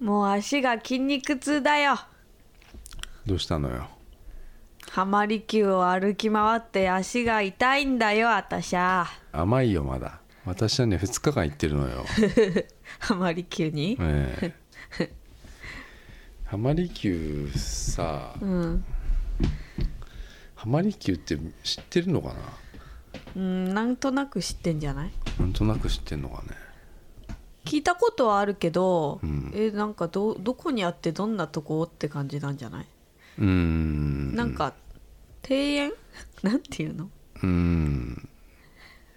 もう足が筋肉痛だよどうしたのよハマり球を歩き回って足が痛いんだよあたしゃ甘いよまだ私はね2日間行ってる のよハマり球にええ浜離宮さうん、浜離宮って知ってるのかなうん、なんとなく知ってんじゃないなんとなく知ってんのかね聞いたことはあるけど、うんえなんかどどこにあってどんなとこって感じなんじゃない、うーんなんか庭園 なんていうのうーん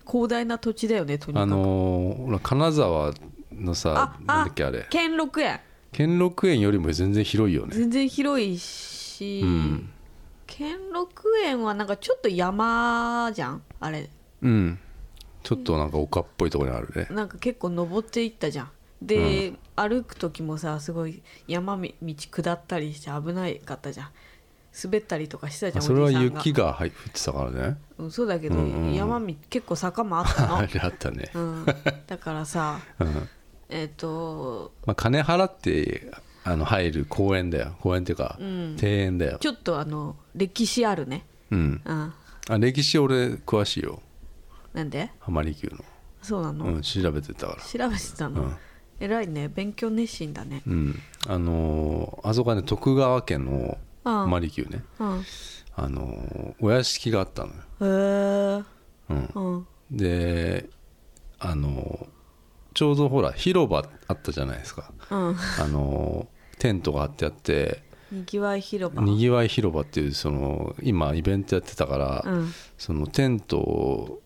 広大な土地だよねとにかくあのーほら金沢のさなんだっけあれ兼六園兼六園よりも全然広いよね全然広いし、うん兼六園はなんかちょっと山じゃんあれうんちょっとなんか丘っぽいところにあるねなんか結構登っていったじゃんで、歩く時もさすごい山み道下ったりして危ないかったじゃん滑ったりとかしてたじゃあんそれはおじさんが雪がはい降ってたからねうん、そうだけど、うんうんうん山み結構坂もあっ あたれあったね、の、うん、だからさうんえっ、とまあ、金払ってあの入る公園だよ公園っていうか、ん庭園だよちょっとあの歴史あるねうんうんあ歴史俺詳しいよなんで浜離宮そうなの、の、うん、調べてたから調べてたの、うん偉いね勉強熱心だねうんあのーあそこはね徳川家のああ浜離宮ねうんへあのーお屋敷があったのよ、えー、うん、うんであのーちょうどほら広場あったじゃないですかうんあのーテントが張ってあってにぎわい広場にぎわい広場っていうその今イベントやってたから、うんそのテントを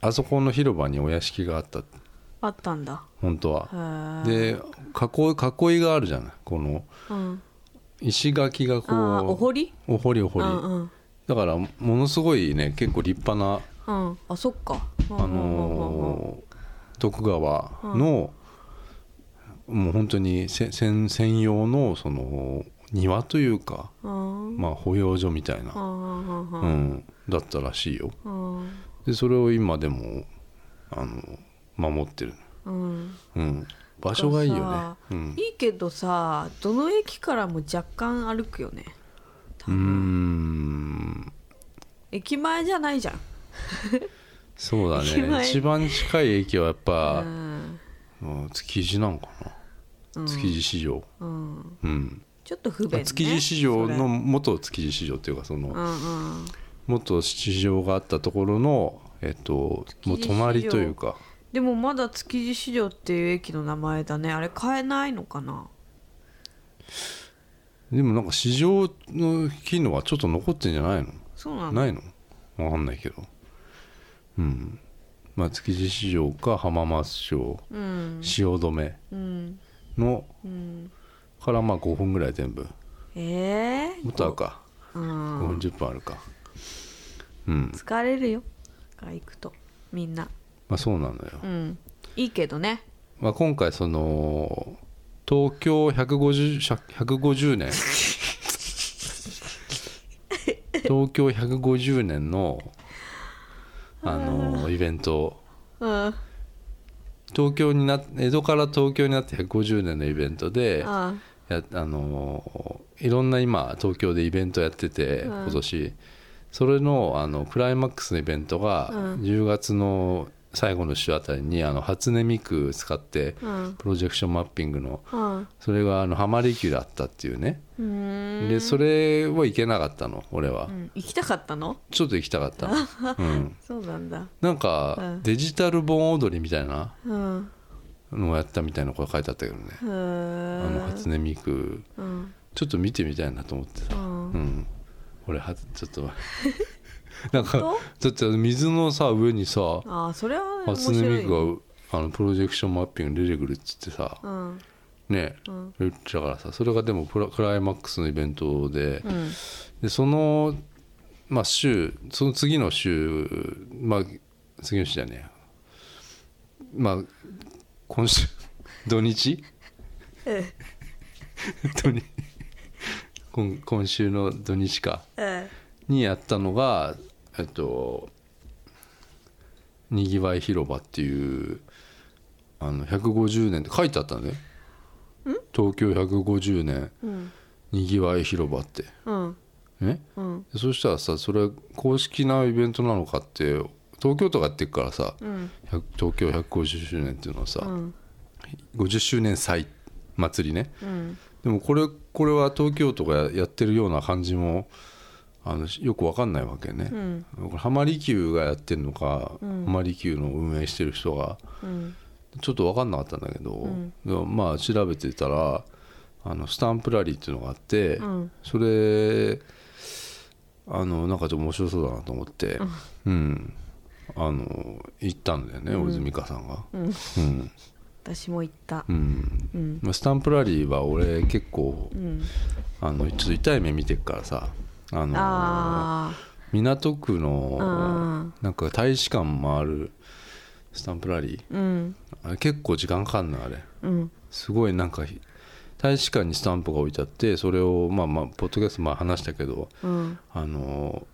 あそこの広場にお屋敷があったあったんだ本当はへーで囲い囲いがあるじゃないこのうん石垣がこああうお堀お堀お堀うんうんだからものすごいね結構立派な、うんあそっかああのー徳川の、もう本当にせ専専用のその庭というか、うんまあ、保養所みたいな、うんううんん、だったらしいようんでそれを今でもあの守ってる、うんうん、場所がいいだよかね、うん、いいけどさどの駅からも若干歩くよね多うー分ん駅前じゃないじゃんそうだ駅ね前一番近い駅はやっうぱ、んうん築地なんかな、築地市場うんうん、ちょっと不便ね築地市場のそれ元築地市場っていうかその、うんうん元市場があったところのえっと築地も市場う隣というかでもまだ築地市場っていう駅の名前だねあれ変えないのかなでもなんか市場の機能はちょっと残ってんじゃないの、そうなのないのわかんないけどうんまあ築地市場か浜松町うん汐留うんのうんからまあ5分ぐらい全部ええもっとあるかうん5分10分あるかうん疲れるよが行くとみんなまあそうなのよ、うんいいけどねまあ、今回その東京150 150年 東京150年のあのイベントうんうん東京にな江戸から東京になって150年のイベントであやあのいろんな今東京でイベントやっててうん今年、それのあのクライマックスのイベントがうん10月の最後の週あたりにあの初音ミク使ってうんプロジェクションマッピングのうんそれがあの浜離宮だったっていうねうーんでそれは行けなかったの俺は、うん行きたかったのちょっと行きたかった の、うん、そうなんだなんうかんデジタル盆踊りみたいなうんのをやったみたいなこと書いてあったけどねへーあの初音ミクうんちょっと見てみたいなと思ってうさ、んうん、俺はちょっ となんか本ちょっと水のさ上にさああそれは面初音白ミいねクがあのプロジェクションマッピング出てくるっつってさうんねうん言ってたからさそれがでもプラクライマックスのイベントでうんでその、まあ、週その次の週まあ次の週じゃねえまあ今週 土日え 土日今今週の土日かえにやったのがえっとにぎわい広場っていうあの150年って書いてあったね東京150年うんにぎわい広場ってうんねうんでそしたらさそれ公式なイベントなのかって東京都がやってっからさうん100東京150周年っていうのはさ、うん50周年祭祭りねうんでもこれこれは東京都がやってるような感じもあのよく分かんないわけね、うんこれ浜離宮がやってるのか、浜離宮の運営してる人がうんちょっと分かんなかったんだけど、んでもまあ調べてたらあのスタンプラリーっていうのがあって、うんそれあのなんかちょっと面白そうだなと思って、うんあの行ったんだよね大泉香さんが。うんうん私も行ったうんうんまあスタンプラリーは俺結構うんあのちょっと痛い目見てるからさあのあ港区のあなんか大使館回るスタンプラリーうんあれ結構時間かかんのあれうんすごいなんかひ大使館にスタンプが置いてあってそれをまあまあポッドキャストまあ話したけどうんあの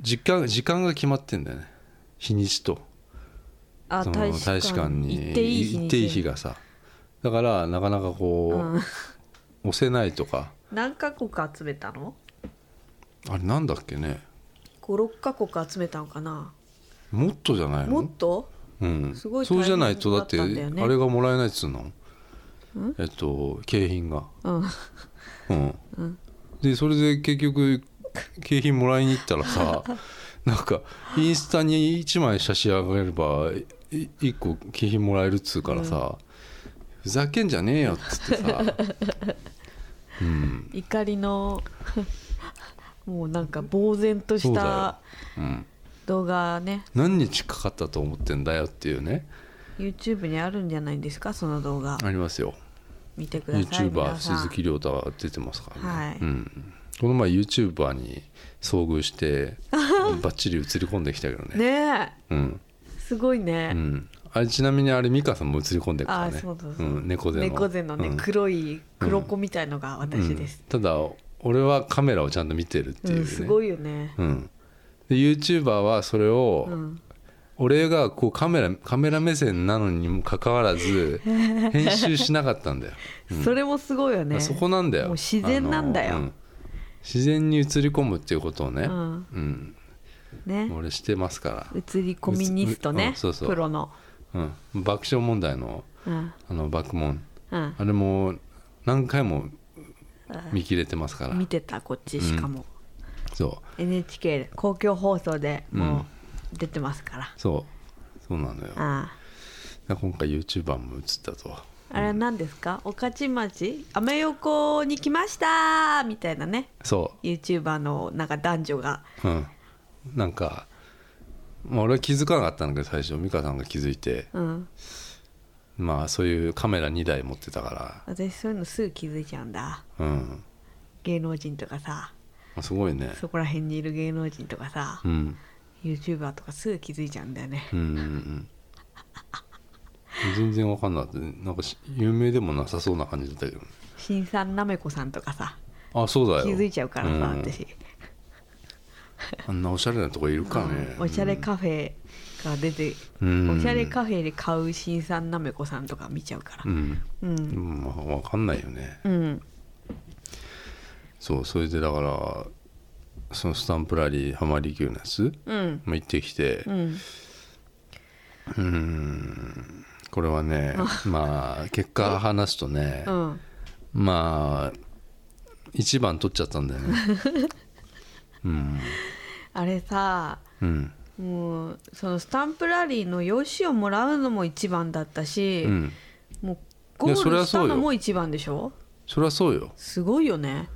時間時間が決まってんだよね日にちとあその大使大使館館に行っていい日行にっていい日がさだからなかなかこうんう押せないとか何カ国集めたのあれなんだっけね56カ国集めたのかなもっとじゃないのもっとうん、すごいそうじゃないとだって大変だったんだよねあれがもらえないっつうのえっと景品がうんうん、でそれで結局景品もらいに行ったら さなんかインスタに1枚写真上げれば1個景品もらえるっつうからさ、ふざけんじゃねえよっ つってさうん怒りの もうなんか呆然とそしうだたうん動画ね何日かかったと思ってんだよっていうね YouTube にあるんじゃないんですかその動画ありますよ見てください皆 YouTuber さん鈴木亮太は出てますからね、はいうん、この前 YouTuber に遭遇して バッチリ映り込んできたけどねねうんえすごいねう、ん、あれちなみにあれ美香さんも映り込んでるからあねそうそうそう、ん、猫背の猫背のね、うん黒い黒子みたいのが私です、うんただ俺はカメラをちゃんと見てるってうんいうね、うん、すごいよね、で YouTuber はそれを、うん、俺がこうカメラカメラ目線なのにもかかわら ず編集しなかったんだよそれもすごいよねそこなんだよもう自然なんだよあのう自然に映り込むっていうことをね、うんうんね俺してますか写り込みニストうね、んそうそうプロの、ら、うん、爆笑問題のうんあの爆問うんあれも何回も見切れてますから見てたこっちしかも、そ NHK で公共放送でうもんう出てますから、うそうそうなのよあ今回 YouTuber も映ったとああれ何ですか御徒町アメ横に来ましたみたいなねそ YouTuber のなんか男女がううんなんか、まあ、俺は気づかなかったんだけど最初美香さんが気づいてうんまあそういうカメラ2台持ってたか私そういうのすぐ気づいちゃうんだらうん芸能人とかさすごいねそこら辺にいる芸能人とかさ、うんユー YouTuber とかすぐ気づいちゃうんだよねうんうんうん全然わかんなかったなんかし有名でもなさそうな感じだったけどね新さんなめこさんとかさあそうだよ気づいちゃうからさ、ん私あんなおしゃれなとこいるかね、おしゃれカフェが出て、うんおしゃれカフェで買う新さんなめこさんとか見ちゃうからうんうんうん、まあ、わかんないよねうんそうそれでだからそのスタンプラリー浜離宮のやつ、うんまあ、行ってきてうんうーんこれはねまあ結果話すとね、うんまあ一番取っちゃったんだ よねうんあれさうんもうそのスタンプラリーの用紙をもらうのも一番だったし、うんもうゴいやそーれはルしそたうよのも一番でしょそりゃそうよすごいよね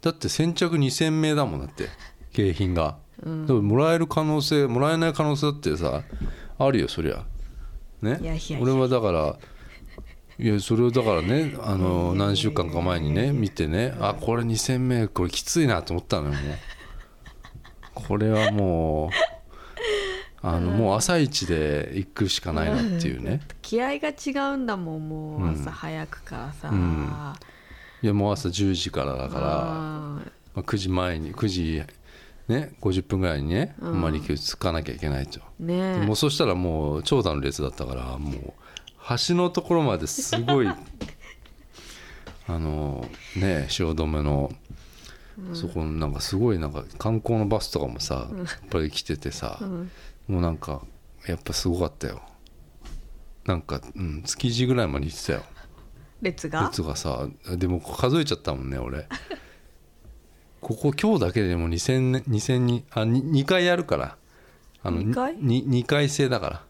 だって先着2000名だもんだって景品が、でももらえる可能性もらえない可能性だってさあるよそりゃねいやいやいや俺はだからいやそれをだからねあの何週間か前にね見てねあこれ2000名これきついなと思ったのよもうこれはもうあのもう朝一で行くしかないなっていうね気合が違うんだもんもう朝早くからさ、んいやもう朝10時からだからうんまあ、9時前に9時ね50分ぐらいにね、あんまり今日着かなきゃいけないと、ねえもうそしたらもう長 蛇の列だったからもう橋のところまですごいあのね汐留のそこのなんかすごいなんか観光のバスとかもさ、やっぱり来ててさ、うんもうなんかやっぱすごかったよなんか、うん、築地ぐらいまで行ってたよ列が列がさでも数えちゃったもんね 俺ここ今日だけでも2000ね2000にあに2回やるからあの二回に2回制だから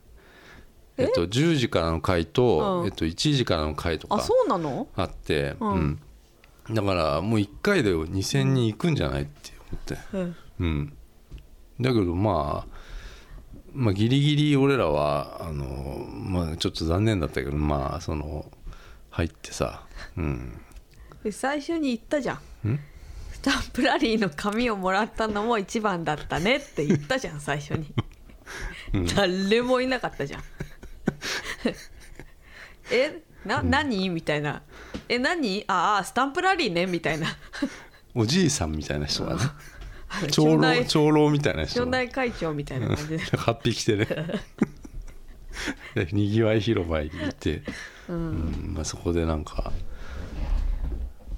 ええっと10時からの回と、うんえっと1時からの回とあかそうなのあってうんうんだからもう1回で2000人行くんじゃないって思ってうんうん、だけど、まあ、まあギリギリ俺らはあの、まあ、ちょっと残念だったけどまあその入ってさ、うん、で最初に言ったじゃんんスタンプラリーの紙をもらったのも一番だったねって言ったじゃん最初に、誰もいなかったじゃん えな何みたいな「え何ああスタンプラリーね」みたいなおじいさんみたいな人 がね長町老内長老みたいな人町が内会長みたいな感じで8匹来 てねでにぎわい広場に行って、うんまあ、そこでなんか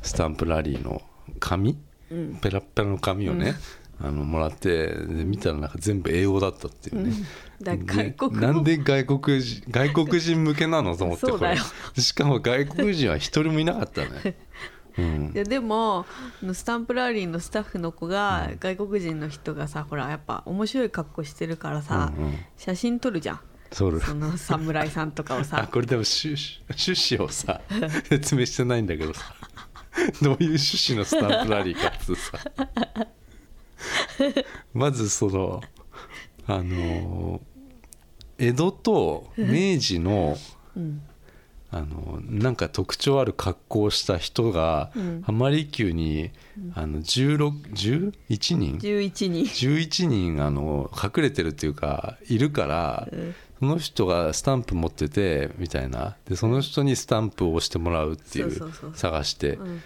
スタンプラリーの紙、ペラッペラの紙をね、あのもらってで見たらなんか全部英語だったっていうね、だからね外国語なんで外 国人外国人向けなのと思ってそうだよしかも外国人は一人もいなかったね、うん、いやでもあのスタンプラリーのスタッフの子が外国人の人がさほらやっぱ面白い格好してるからさ、うんうん写真撮るじゃんソウ ルその侍さんとかをあ さこれでも趣趣趣旨をさ説明してないんだけどさどういう趣旨のスタンプラリーかっつうさまずそのあの江戸と明治の、あのなんか特徴ある格好をした人が、浜離宮にあの16 11人11人11人あの隠れてるっていうかいるから、その人がスタンプ持っててみたいなでその人にスタンプを押してもらうっていうそうそうそう探して、ん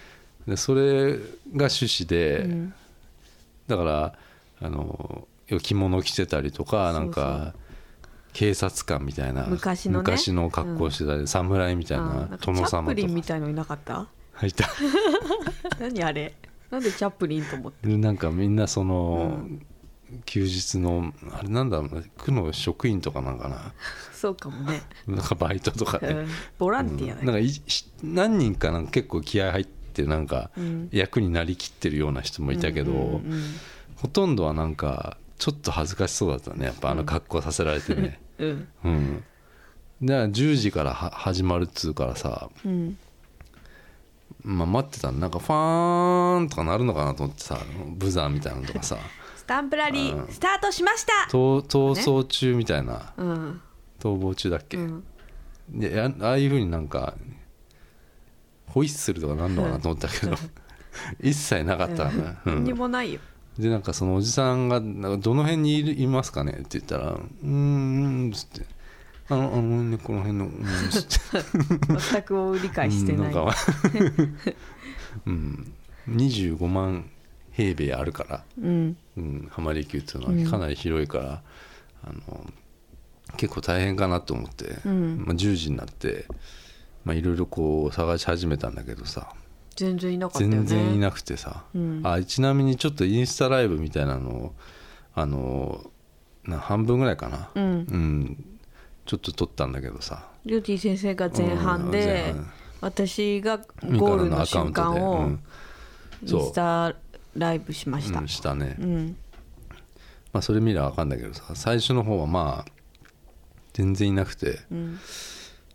でそれが趣旨で、んだからあの着物着てたりとかなんそうそか警察官みたいな昔のね昔格好してたり、侍みたいあーななんかチ殿ャッ様プとリンみかたいのいなかったいた。何あれなんでチャップリンと思ってでなんかみんなその、休日のあれなんだろうな区の職員とかなんかなそうかもね、なんかバイトとかうねん、ボラうンんティアだなんよ、かいし何人かなんか結構気合入ってなんかうん役になりきってるような人もいたけど、うんうんほとんどはなんかちょっと恥ずかしそうだったねやっぱあの格好させられてね。うんうんうんだから10時からは始まるっつうからさ、うんまあ、待ってたのなんかファーンとかなるのかなと思ってさブザーみたいなのとかさスタンプラリースタートしました逃逃走中みたいなうん逃亡中だっけ、うんであああいうふうになんかホイッスルとかなんのかなと思ったけど一切なかったのね、うん何にもないよでなんかそのおじさんが「なんかどの辺にいるいますかね?」って言ったら「うーん」うんつって「あのあのねこの辺の」うんつって 全く理解してない、うんんか うん25万平米あるから、うんうん、浜離宮っていうのはかなり広いから、あの結構大変かなと思って、うんまあ、10時になってまあいろいろこう探し始めたんだけどさ全然いなかったよね全然いなくてさ、うんあちなみにちょっとインスタライブみたいなのをあのな半分ぐらいかな、うんうんちょっと撮ったんだけどさりょうてぃ先生が前半で、うん前半私がミカゴーラルののアカウ瞬ント間で、うをんインそうスタライブしましたうん、したね、うんまあ、それ見りゃ分かんだけどさ最初の方はまあ全然いなくてうん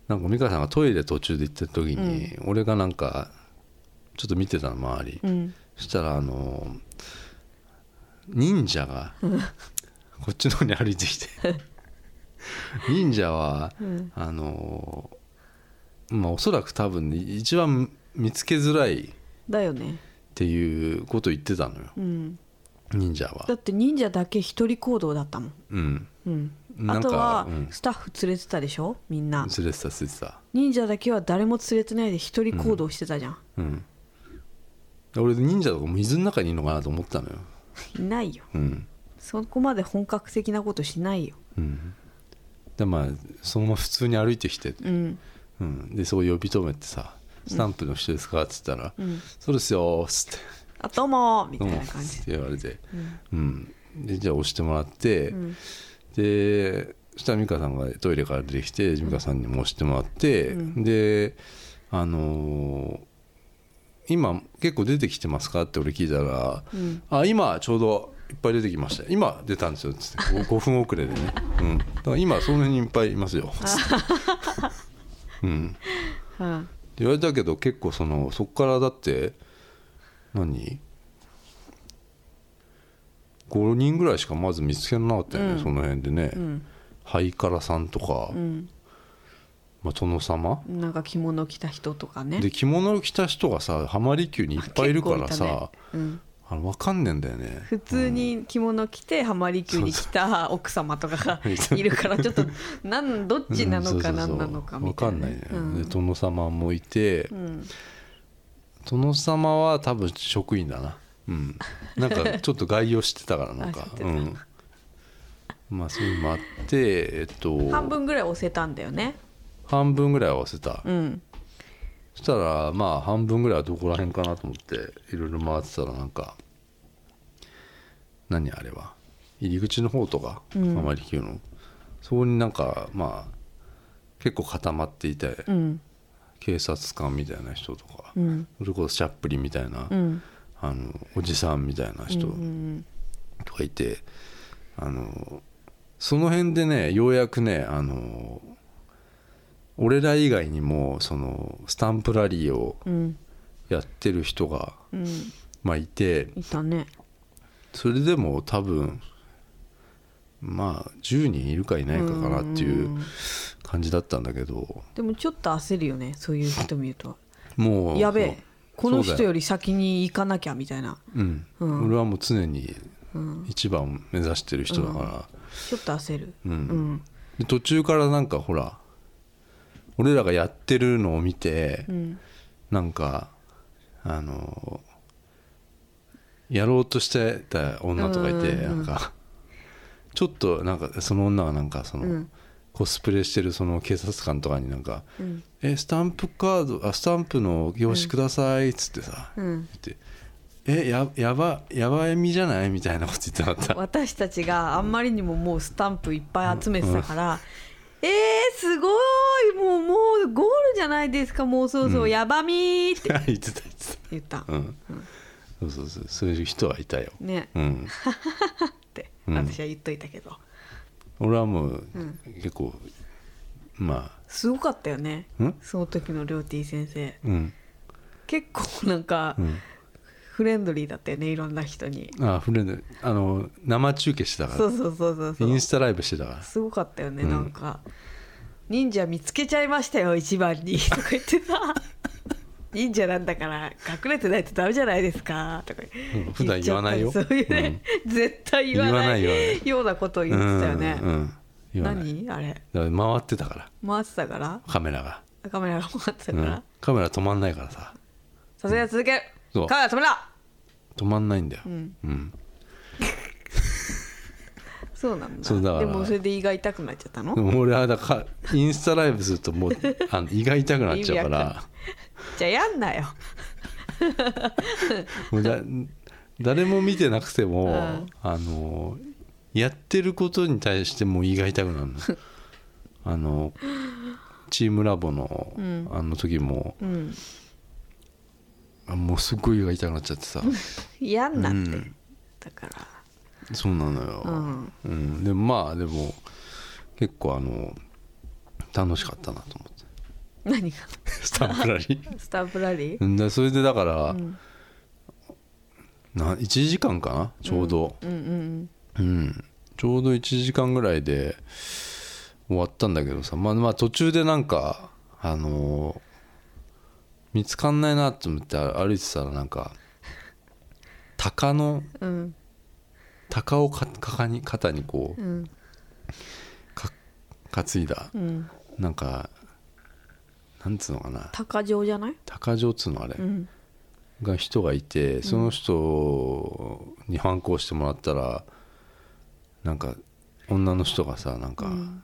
なんか美香さんがトイレ途中で行った時に、俺がなんかちょっと見てたの周り、うんそしたらあの忍者がこっちの方に歩い てきて忍者は、あのまあおそらく多分ね一番見つけづらいっだよね、ていうことを言ってたのようん、忍者はだ。って忍者だけ一人行動だったもん、うん、うん、なあんとかはうんスタッフ連れてたでしょみんなずれてたずれてた。忍者だけは誰も連れてないで一人行動してたじゃん、うん、俺忍者とか水の中にいるのかなと思ったのよ、いないようんそこまで本格的なことしないようん、でまあそのまま普通に歩いてきて、うんうん、でそこ呼び止めてさ「スタンプの人ですか?」っつったら「うんそうですよ」っつってあどうもーみどたうもいっな感つじって言われて、うんうん、でじゃあ押してもらって、うんでそしたら美香さんがトイレから出てきて美香さんにも押してもらって、うんであのー今結構出てきてますか?」って俺聞いたら「うんあ今ちょうどいっぱい出てきました今出たんですよ」つって 5, 分遅れでね、うん、だから今その辺にいっぱいいますよ」つって、うん、っては言われたけど結構そのそこからだって何5人ぐらいしかまず見つけなかったよね、うんその辺でね、いうんハイカラさんとか、うんまあ、殿様なんか着物着た人とかねで着物を着た人がさ浜離宮にいっぱいいるから結構いたさね、うんあの分かんねえんだよね普通に着物着て浜離宮に来た奥様とかがいるからちょっとなんどっちなのか何なのかみたいな分ねかうんないね、でん殿様もいて、うん殿様は多分職員だなうんなんかちょっと概要してたからなんあか知ってたうんまあそういうのもあってえっと半分ぐらい押せたんだよね半分ぐらい合わせた、うんそしたらまあ半分ぐらいはどこら辺かなと思っていろいろ回ってたらなんか何あれは入り口の方とかうん浜離宮の、そこになんかまあ結構固まっていてうん警察官みたいな人とか、うんそれこそチャップリンみたいな、うんあのおじさんみたいな人うんとかいて、あのその辺でねようやくねあの俺ら以外にもそのスタンプラリーをうんやってる人が、うんまあ、いていたねそれでも多分まあ10人いるかいないかかなっていうん感じだったんだけどでもちょっと焦るよねそういう人見るともうやべえこのそう人だよより先に行かなきゃみたいなうんうん俺はもう常にうん一番を目指してる人だから、ちょっと焦るうんうんで途中からなんかほら俺らがやってるのを見て、うんなんかあのやろうとしてた女とかいて、うんうんうんなんかちょっとなんかその女はなんかその、うんコスプレしてるその警察官とかになんかうん「えスタンプカードあスタンプの用紙ください」っつってさ、うん言って「えややばやばいみじゃない?」みたいなこと言ってなか った。私たちがあんまりにももうスタンプいっぱい集めてたから、えー、すごいもうもうゴールじゃないですかもうそうそう、うんやばみーって 言ってた言って言ったた、うん、そうそうそうそういう人はいたよ、ねうん、ってうん私は言っといたけど、俺はもううん結構、ますごかったよねあうんその時のりょうてぃ先生うん、結構なんかうん、フレンドリーだったよねいろんな人にあフレンドあの生中継してたからそうそうそうそうそイうンスタライブしてたからすごかったよね、うんなんか「忍者見つけちゃいましたよ一番 に」とか言ってさ「忍者なんだから隠れてないとダメじゃないですか」とかう言っちゃんったり普段言わないよそういうね、絶対言わない言わない言わようなことを言ってたよね、うんうん、言わない何あれだから回ってたから回ってたからカメラが、カメラが回ってたうかんら、、カメラ止まんないからささすがに続ける、そうカメラ止めろ止まんないんだよ、うんうんそうなんだそうだからでもそれで胃が痛くなっちゃったの、でも俺はだからインスタライブするともうあの胃が痛くなっちゃ 意うか味わらじゃあやんなよもうだ誰も見てなくても、うんあのやってることに対してもう胃が痛く なるのあのチームラボの、うんあの時もうんあもうすっごい胃が痛くなっちゃってさや んなって、うんだからそうなのよ、うんうんでもまあでも結構あの楽しかったな と思って何がスタンプラリ ースタンプラリーうんでそれでだから、うんな1時間かなちょうど、うんうんうん、ちょうど1時間ぐらいで終わったんだけどさ、まあ、まあ途中でなんかあのー見つかんないなと思って歩いてたらなんか鷹のうんうん鷹をかかに肩にこううんか担いだうんなんかなんつうのかな鷹匠じゃない鷹城っつうのあれうんが人がいてその人に反抗してもらったらなんか女の人がさなんか、うん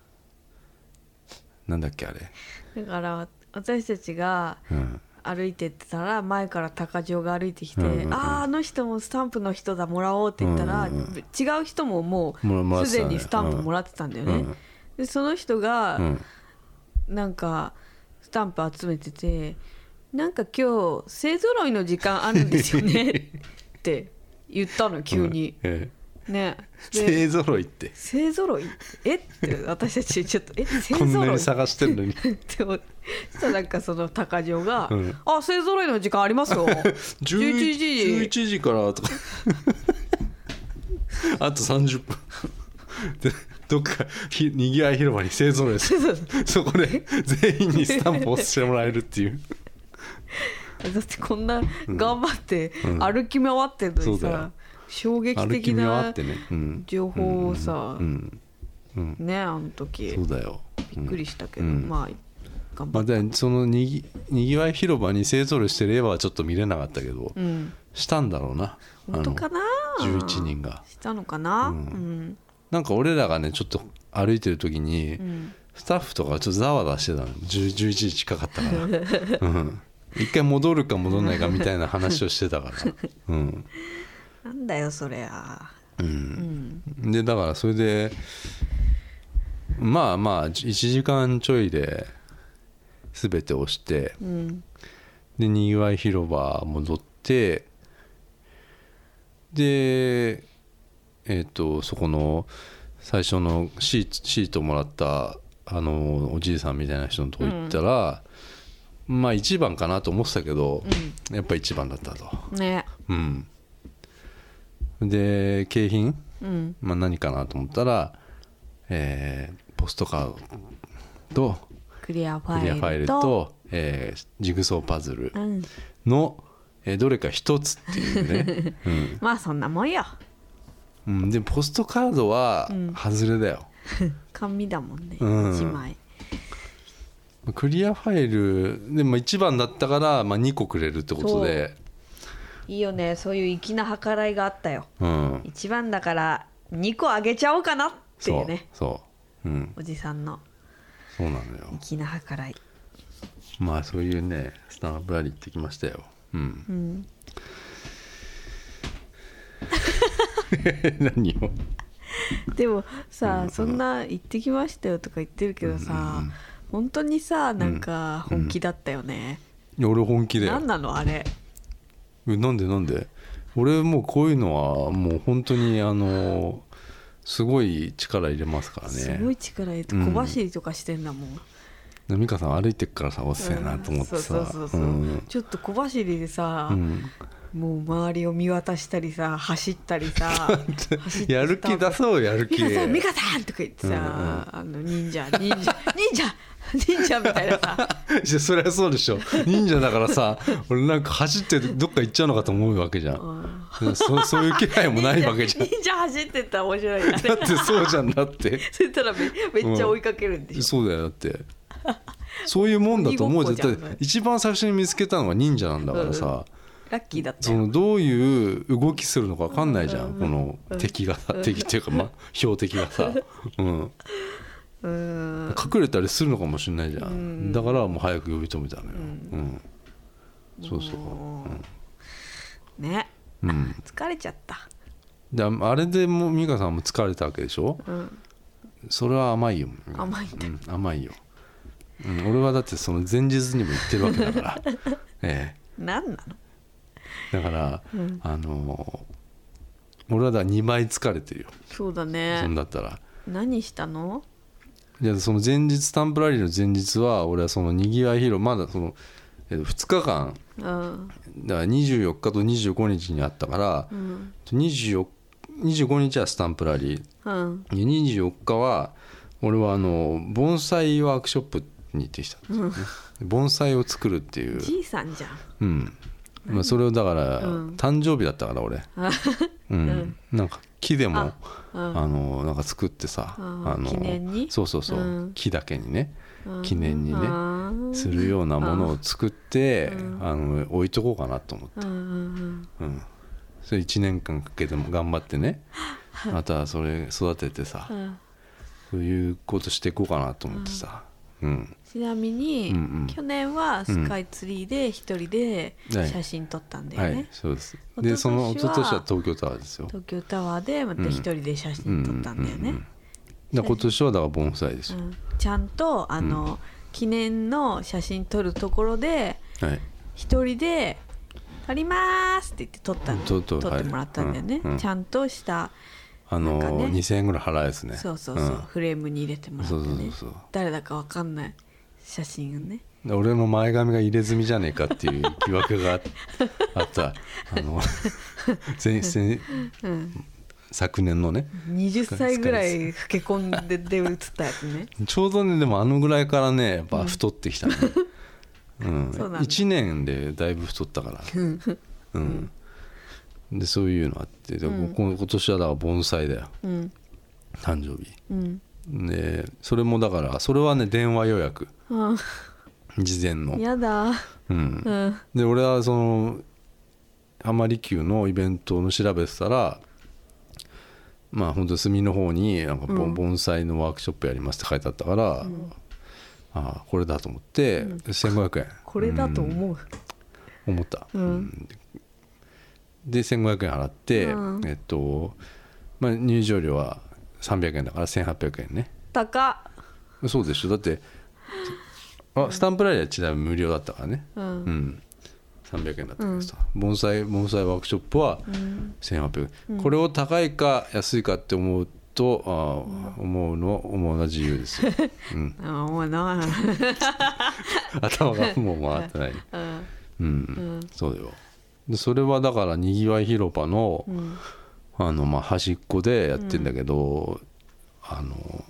なんだっけあれ、だから私たちがうん、歩いてってたら前から高城が歩いてきて「うんうんうんあああの人もスタンプの人だもらおう」って言ったら、うんうんうん違う人もももらもらうってたすねでにスタンプもらってたんだよね。うんでその人が、うんなんかスタンプ集めてて「なんか今日勢ぞろいの時間あるんですよね」って言ったの急に。えねえで勢ぞろいって勢ぞろい えって私たちちょっと「 え勢こんぞなろい?」に探してるの にって思ってそしたらなんかその高城が「うんあ勢ぞろいの時間あり ますよ11時11時から とかあと30分でどっかひにぎわい広場に勢ぞろいで すそうそこで全員にスタンプをしてもらえるっていうだってこんな頑張ってうん歩き回ってるのにそうださよ衝撃歩き的見回なってね、うん、情報をさうんうんねあの時そうだよびっくりしたけどうんまあ頑張まあ、っでそのにぎにぎわい広場に勢ぞろいしてる絵はちょっと見れなかったけど、うんしたんだろうな本当かなあの11人がしたのかなううんんなんか俺らがねちょっと歩いてる時に、うんスタッフとかちょっとざわざわしてたの10 11時近かったから、うん、一回戻るか戻んないかみたいな話をしてたから、 うんなんだよそりゃう、うんんでだからそれでまあまあ1時間ちょいで全て押してうんでにぎわい広場戻ってでえっ、とそこの最初のシートシートもらったあのおじいさんみたいな人のとこ行ったら、まあ1番かなと思ってたけど、やっぱ1番だったとねうんで景品、うんまあ、何かなと思ったら、えーポストカードとクリアフクリアァファイイルルとと、えージグソーパズル、うんの、えーどれか一つっていう ね、まあそんなもんようん、でポストカードはうん外れだよ、紙だもんねうん1枚クリアファイルでも1番だったから、まあ、2個くれるってことでいいよねそういう粋な計らいがあったよう、ん、一番だから2個あげちゃおうかなっていうねそうそう、うん、おじさんのそうなのよ粋な計らい、まあそういうねスタンプラリー行ってきましたよ、うん、うん、 何をでもさ、そんな「行ってきましたよ」とか言ってるけどさ、本当にさなんか本気だったよね、いや俺本気だよ何なのあれえなんでなんで俺もうこういうのはもう本当にあのすごい力入れますからねすごい力入れてうん小走りとかしてんだもん、美香さん歩いてっからさおっせえなと思ってさうんそうそうそうそう、うんちょっと小走りでさ、うんもう周りを見渡したりさ走ったり さ走ってやる気出そうやる美気香さん美香さんとか言ってさ、あの忍者忍者忍者忍者みたいなさいやそりゃそうでしょ忍者だからさ俺なんか走ってどっか行っちゃうのかと思うわけじゃんうんそそういう気配 もないわ けじゃん忍者走ってったら面白いなだってそうじゃんだって そしたらめめっちゃ追いかけるんでしょ、そうだよだってそういうもんだと思う鬼ごっこじゃん絶対一番最初に見つけたのは忍者なんだからさ、ラッキーだったそよのどういう動きするのか分かんないじゃん、うんこの敵がさ、敵っていうかまあ標的が さ、うん、うーん隠れたりするのかもしれないじゃん、うんだからもう早く呼び止めたのよ、ううんそうそうもうねうん疲れちゃったであれでもう美香さんも疲れたわけでしょうんそれは甘いよ甘いんだうん、甘いよ、うん、俺はだってその前日にも言ってるわけだから え何なのえだから、うんあのー俺はだから2倍疲れてるよ、そうだそんねだったら何したのじゃあその前日スタンプラリーの前日は俺はそのにぎわい広場まだその、えっと2日間うんだから24日と25日にあったからうん24 25日はスタンプラリーうんで24日は俺はあの盆栽ワークショップに行ってきたんですよね、盆栽を作るっていう、じいさんじゃんうんまあ、それをだから、うん誕生日だったから俺、うん、なんか木でもああうんのなんか作ってさあーあの記念にそうそうそう、うん木だけにねうん記念にねうんするようなものを作って、うんあの置いとこうかなと思って、うんうんうん、それ1年間かけても頑張っ てねまたそれ育ててさ、うんうんそういうことしていこうかなと思ってさ、うんちなみに、うんうん去年はスカイツリーで一人で写真撮ったんだよはね、いそうですおととしではその一昨年は東京タワーですよ東京タワーでまた一人で写うん真撮ったんだよね、うううだから今年はだから盆栽ですよ、うんちゃんとあの、記念の写真撮るところではい一人で「撮ります!」って言って撮ったの撮撮っとるってもらったんだよね、はいうんうんちゃんとした、あのなんかね2000円ぐらい払うやつねそうそうそう、フレームに入れてもらったねそうそうそうそう誰だかわかんない写真をねうん俺の前髪が入れ墨じゃねえかっていう疑惑があ あったあの 先先昨年のね20歳ぐらい老け込んでで写ったやつねちょうどねでもあのぐらいからねやっぱ太ってきたね、うんそうなんだ1年でだいぶ太ったからうん、でそういうのあってで、こ今年はだから盆栽だようん誕生日うんでそれもだからそれはね電話予約あ事前のやだうんうんで俺はその浜離宮のイベントの調べてたらまあ本当に隅の方になんかぼうん盆栽のワークショップやりますって書いてあったから、ああこれだと思って、1500円これだとうん思う、思った、うんで1500円払って、うんえっと、まあ、入場料は300円だから1800円ね高っそうでしょだってあスタンプラリーはちなみに無料だったからねうんうん、300円だったけどさ、盆栽盆栽ワークショップは1800円、これを高いか安いかって思うとあー、思うの思うのは自由で すよあもうな頭がもう回ってない、うんうんんそうだよでそれはだからにぎわい広場の,、んあのまあ端っこでやってんだけど、あの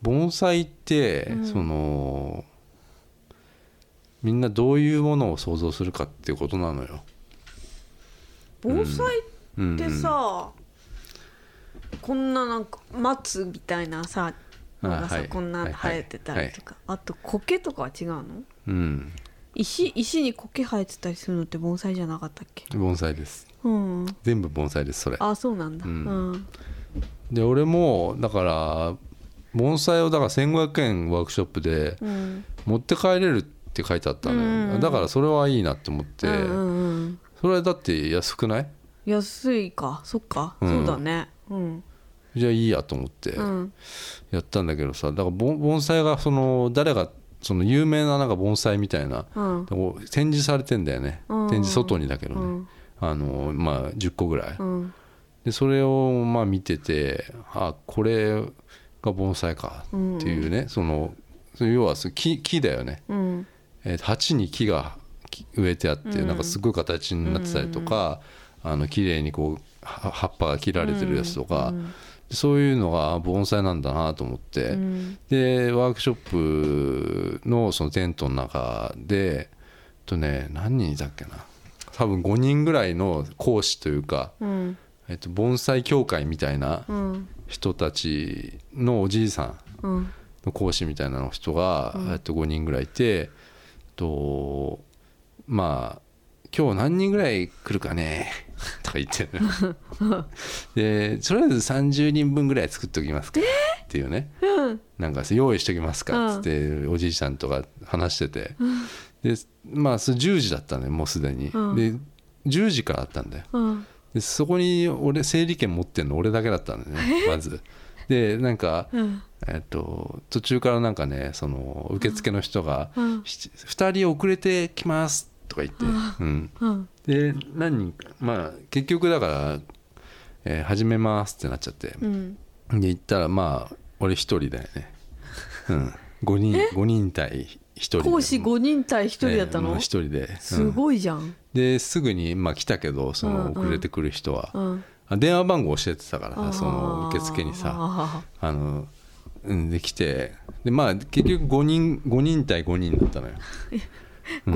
盆栽って、そのみんなどういうものを想像するかっていうことなのよ。盆栽うんうんってさ、こんななんか松みたいなさのがさ、はいこんな生えてたりとか、あと苔とかは違うのうん、石石に苔生えてたりするのって盆栽じゃなかったっけ盆栽ですうん全部盆栽ですそれあそうなんだううんん、で俺もだから盆栽をだから1500円ワークショップでうん、持って帰れるって書いてあったのよ、うんだからそれはいいなって思って、うんうんうんそれだって安くない安いかそっか、うんそうだねうんじゃあいいやと思ってうんやったんだけどさだから盆盆栽がその誰がその有名ななんか盆栽みたいなうんこう展示されてんだよね、うん展示外にだけどね、うんあのまあ10個ぐらい、うんでそれをまあ見ててあこれが盆栽かっていうね、そのその要はその木木だよね、うんえー鉢に木がき植えてあって、なんかすごい形になってたりとか、あの綺麗にこうは葉っぱが切られてるやつとか、そういうのがあ盆栽なんだなと思って、うんでワークショップのそのテントの中でとね何人いたっけな多分5人ぐらいの講師というか、うんえっと、盆栽協会みたいなうん人たちのおじいさんうんの講師みたいな人が、えっと、5人ぐらいいてとまあ今日何人ぐらい来るかね とか言ってるでとりあえず30人分ぐらい作っておきますかっていうね、なんか用意しておきますかっつって、おじいちゃんとか話してて、でまあそ10時だったねもうすでに、うんで10時からあったんだようんでそこに俺整理券持ってんの俺だけだったんだねまずでなんか、んえっと途中からなんかねその受付の人が「うんし2人遅れてきます」とか言って、うん、うんで何人かまあ結局だから、えー始めます」ってなっちゃってうんで行ったらまあ俺一人だよね、うん、5人5人対1人講師人5人対1人だったの、 1人で、うんすごいじゃんですぐに、まあ、来たけどそのうんうん遅れてくる人は、うんあ電話番号教えてたからあーさその受付にさああのうんできてでまあ結局5人5人対5人だったのよー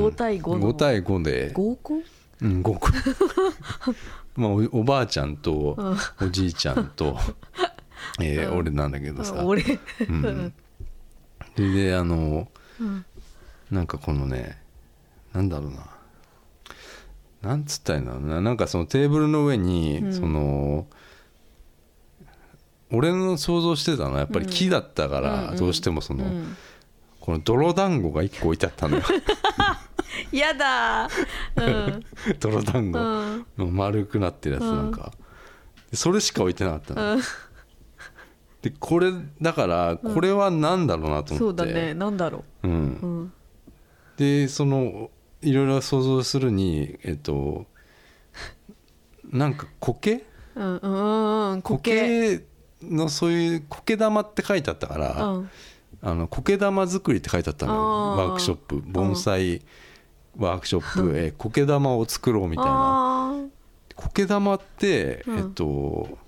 5対5の5対5で合コンうん5個 まあおおばあちゃんとおじいちゃん と、えー俺なんだけどさあ俺うんでであのうんなんかこのねなんだろうななんつったらいいんだろうななんかそのテーブルの上に、その俺の想像してたのはやっぱり木だったから、どうしてもその、うんこの泥団子が1個置いて あったのよやだ ー泥団う子、ん丸くなってるやつなんか、それしか置いてなかったの、うん、でこれだからこれは何だろうなうとん、そ思うって、だねなんだろうんう、うん、でそのいろいろ想像するにえっとなんか苔うんうんうんうん苔苔のそういう苔玉って書いてあったかうら、んあの苔玉作りって書いてあったのよあーワークショップ盆栽ワークショップ、えー苔玉を作ろうみたいなあー苔玉って、うんえっと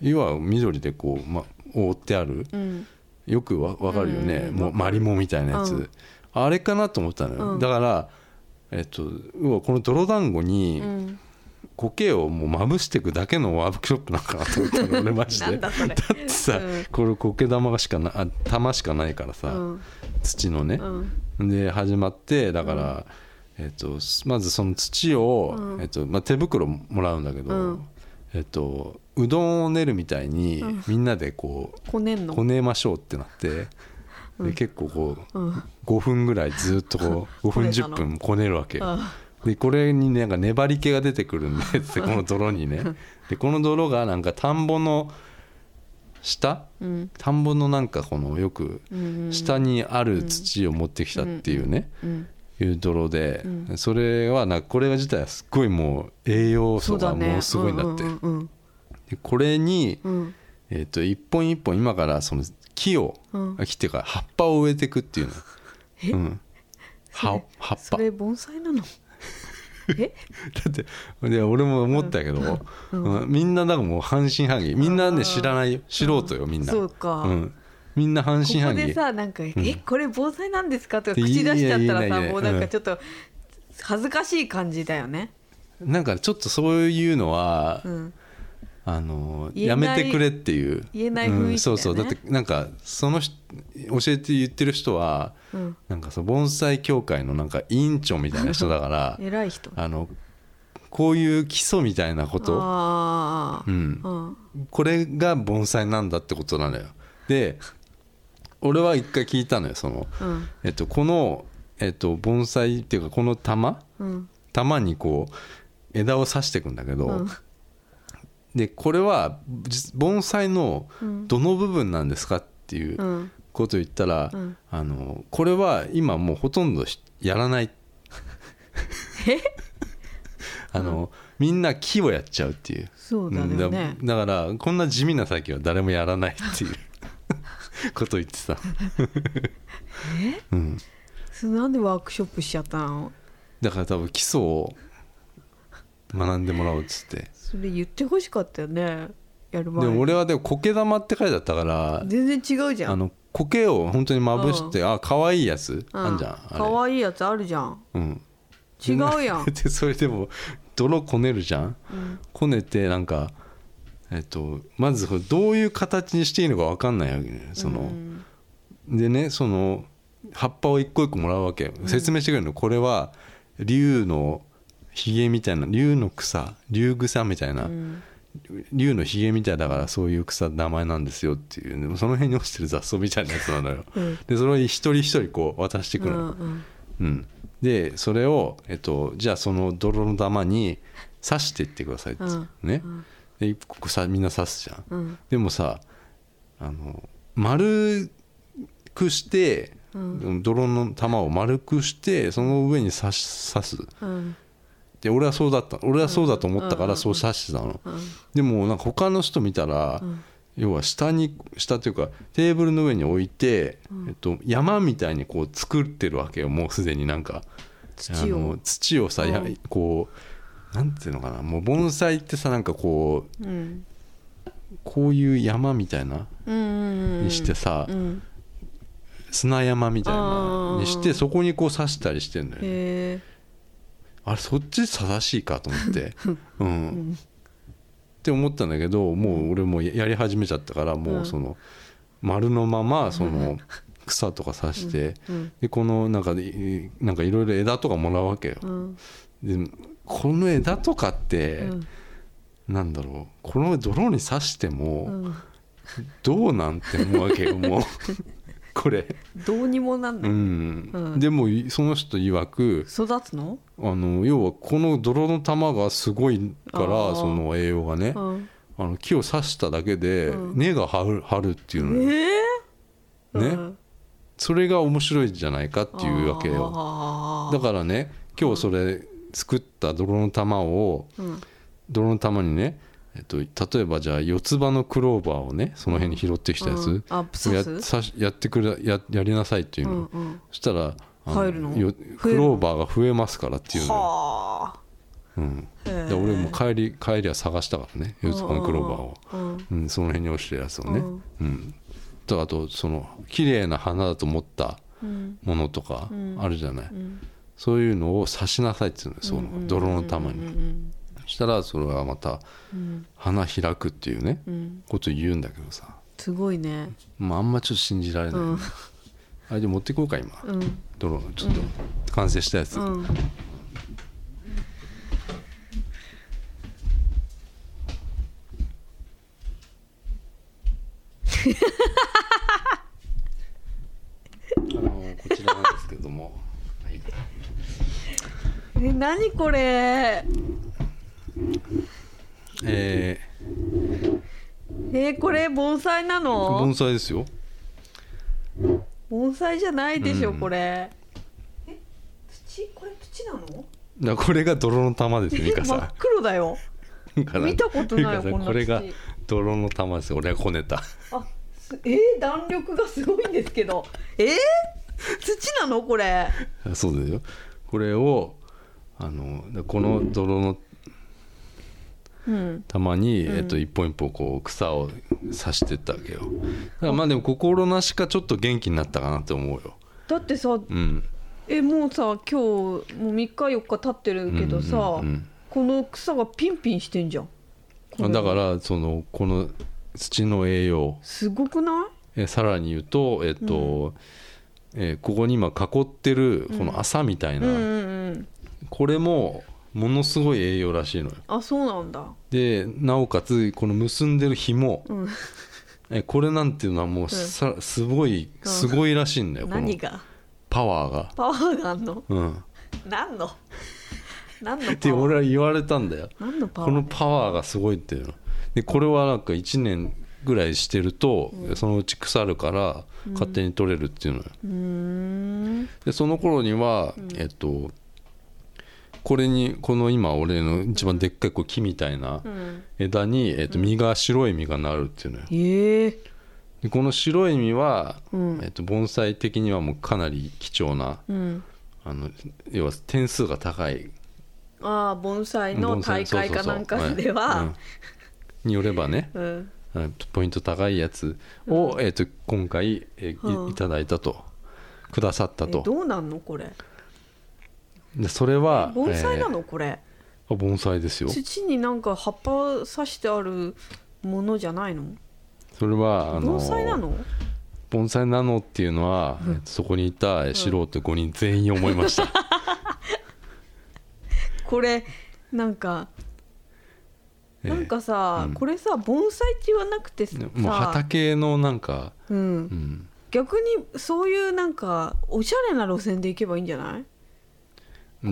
要は緑でこう、ま、覆ってあるうんよくわわかるよね、うんもうマリモみたいなやつ、うんあれかなと思ったのよ、うんだからえっと要はこの泥団子にうん苔をもうまぶしていくだけのワークショップなんかなと思っ たの俺マジでなんだそれってさ、うんこれ苔玉しかなあ玉しかないからうさ、ん土のねう、んで始まってだから、えっとまずその土を、うんえっとまあ、手袋もらうんだけど、うんえっとうどんを練るみたいに、うんみんなでこうこねんのこねましょうってなって、で結構こううん5分ぐらいずっとこう こ5分ねた10の分こねるわけよあでこれにねなんか粘り気が出てくるんで ってこの泥にねでこの泥がなんか田んぼの下うん田んぼのなんかこのよくうん下にある土を持ってきたっていうね、うんいう泥で、うんそれはなんかこれ自体はすっごいもう栄養そ素うだがねものすごいんだってうんうんでこれに、うんえっと一本一本今からその木を、うん木っていうか葉っぱを植えていくっていうの、 えうん、葉葉っぱそれ盆栽なのえ だってで俺も思ったけど、うんみんななんかもう半信半疑みんなあーね知らないよ素人よみんな、そうかんみんな半信ここ半疑でさなんか「えこれ盆栽なんですか?」とかいや口出しちゃったいらやさいやいやもうなんうかんちょっと恥ずかしい感じだよねなんかちょっとそういうのは、うんあの言えやめないてくれっていう言えない雰囲気だよねうんそうそうだってなんかその人教えて言ってる人はうんなんかそう盆栽協会のなんか委員長みたいな人だから偉い人あのこういう基礎みたいなこと、ああうん、うんこれが盆栽なんだってことなのよで俺は一回聞いたのよその、うんえっと、この、えっと、盆栽っていうかこの玉うん玉にこう枝を刺していくんだけど、うんでこれはじ盆栽のうんどの部分なんですかっていうううんことを言ったら、うんあのこれは今もうほとんどしやらない え あの、みんな木をやっちゃうっていうそうだうんよねだだからこんな地味な作業は誰もやらないっていう ことを言ってたうん、それなんでワークショップしちゃったのだから多分基礎を学んでもらおうっつってそれ言ってほしかったよねやるで前もに俺はでも苔玉って書いてあったから全然違うじゃあんの苔を本当にまぶしてあ可愛いやつうんあんじゃんあれ可愛いやつあるじゃんうん、違うやん でそれでも泥こねるじゃんうんこねてなんかえっとまずこれどういう形にしていいのか分かんないわけねその、うんでねその葉っぱを一個一個もらうわけ説明してくれるの、これは竜のひげみたいな竜の草竜草みたいな、うん竜のひげみたいだからそういう草の名前なんですよっていうでもその辺に落ちてる雑草みたいなやつなのよ、うんでそれを一人一人こう渡してくうるの、んうんうん、でそれを、えっと、じゃあその泥の玉に刺していってくださいって、うんね、で一個一個さみんな刺すじゃん、うんでもさあの丸くして、泥の玉を丸くしてその上に刺し刺すうんで俺はそうだった俺はそうだと思っうたかんうんうんらそう刺してたの、うんでもなんか他の人見たら、ん要は下に下というかテーブルの上に置いて、えっと、山みたいにこう作ってるわけよもうすでになんか土あをの土をさ、やうんこうなんていうのかなもう盆栽ってさなんかこううんこういう山みたいなうんうんうんにしてさ、うん砂山みたいあなーにしてそこにこう刺したりしてんだよねへえあれそっち正しいかと思 って、うんって思ったんだけどもう俺もやり始めちゃったからもうその丸のままその草とか刺して、うんでこのなんかいなんかいろいろ枝とかもらうわけよう。んでこの枝とかって、うんなんだろうこの泥に刺しても、うんどうなんて思うわけよもうこれどうにもなんうない、ん、うんでもいその人曰く育つの、あの要はこの泥の玉がすごいあからーその栄養がねうん、あの木を刺しただけでうん根が張る張るっていうのよ、ええねそれが面白いんじゃないかっていうわけよよだからね今日それ作った泥の玉をら、うん泥の玉にね、えっと、例えばじゃあ四つ葉のクローバーをねその辺に拾ってきたやうつん、あや刺す刺しやってくれややりなさいっていううの、んうんそしたらあ入るのよ増えるのクローバーが増えますからっていうのよ、はうん、あへえで俺も帰り帰りは探したからね四つ葉のクローバーを、うんうん、その辺に落ちてるやつをね、ううんんとあとその綺麗な花だと思ったうんものとかうんあるじゃない、うんそういうのを刺しなさいっていうのよそうんうんうんうんの泥の玉うにんそしたらそれはまたうん花開くっていうねうんこと言うんだけどさ、すごいねまあ、あんまちょっと信じられない、うんあれで持っていこうか今うん泥のちょっと完成したやつ、うんあのこちらなんですけども、はいえ何これええーこれ盆栽なー盆の栽ですよ盆栽じゃないでしょうんこれえ土これ土なのなこれが泥の玉ですよ美え香真さんっ黒だよだから見たことないよ美香さこんんなこれが土泥の玉ですよ俺はこねた あすえー弾力がすごいんですけどえー土なのこれそうですよこれをあのこの泥のうん玉に、えっと、一本一本こう草を刺してったわけよだからまあでも心なしかちょっと元気になったかなと思うよだってさうんえもうさ今日もう3日4日経ってるけどさ、うんうんこの草がピンピンしてんじゃんうんだからそのこの土の栄養すごくなえさらに言うとえっと、えーここに今囲ってるこの麻みたいいうんな、うんうんこれもものすごい栄養らしいのよあそうなんだでなおかつこの結んでる紐、うんえこれなんていうのはもうさ、すごいうんすごいらしいんだよ、この何がパワーがパワーがあんのうん何の何のってパワー俺は言われたんだよ何のパワこーのパワーがすごいっていうのでこれはなんか1年ぐらいしてると、そのうち腐るから勝手に取れるっていうのよ、うーんでその頃には、えっとこれにこの今俺の一番でっかいこう木みたいなうん枝に、えっと、実が白い実がなるっていうのよええでこの白い実は、うんえっと、盆栽的にはもうかなり貴重なうんあの要は点数が高いああ盆栽の盆栽大会かなんかでそうそうそうはうんによればねうんあのポイント高いやつを、えっと今回、えうんいいただいたとくださったえとどうなんのこれでそれは盆栽なえのこれーあ盆栽ですよ土になんか葉っぱ刺してあるものじゃないのそれはあの盆栽なの盆栽なのっていうのは、えっとそこにいたえー素人5人全員思いました、 これなんかええなんかさ、うんこれさ盆栽って言わなくてさ、もう畑のなんか、う、うんん、逆にそういうなんかおしゃれな路線で行けばいいんじゃない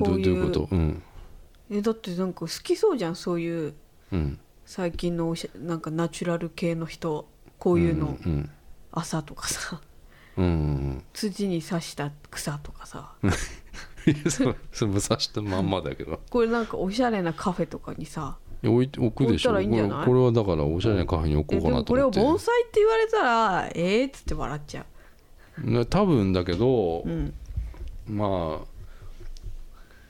こどうういうどういうことうんえだってなんか好きそうじゃんそういううん最近のおしゃなんかナチュラル系の人こういうの、うん朝とかさうんうん 土に刺した草とかさうんそうそれ刺したまんまだけどこれなんかおしゃれなカフェとかにさいや置いて置くでしょ置いたらいいんじゃないこれこれはだからおしゃれなカフェに置こえうでかなもとこれ思をって盆栽って言われたらええー、っつって笑っちゃね多分だけどう、うん、まあ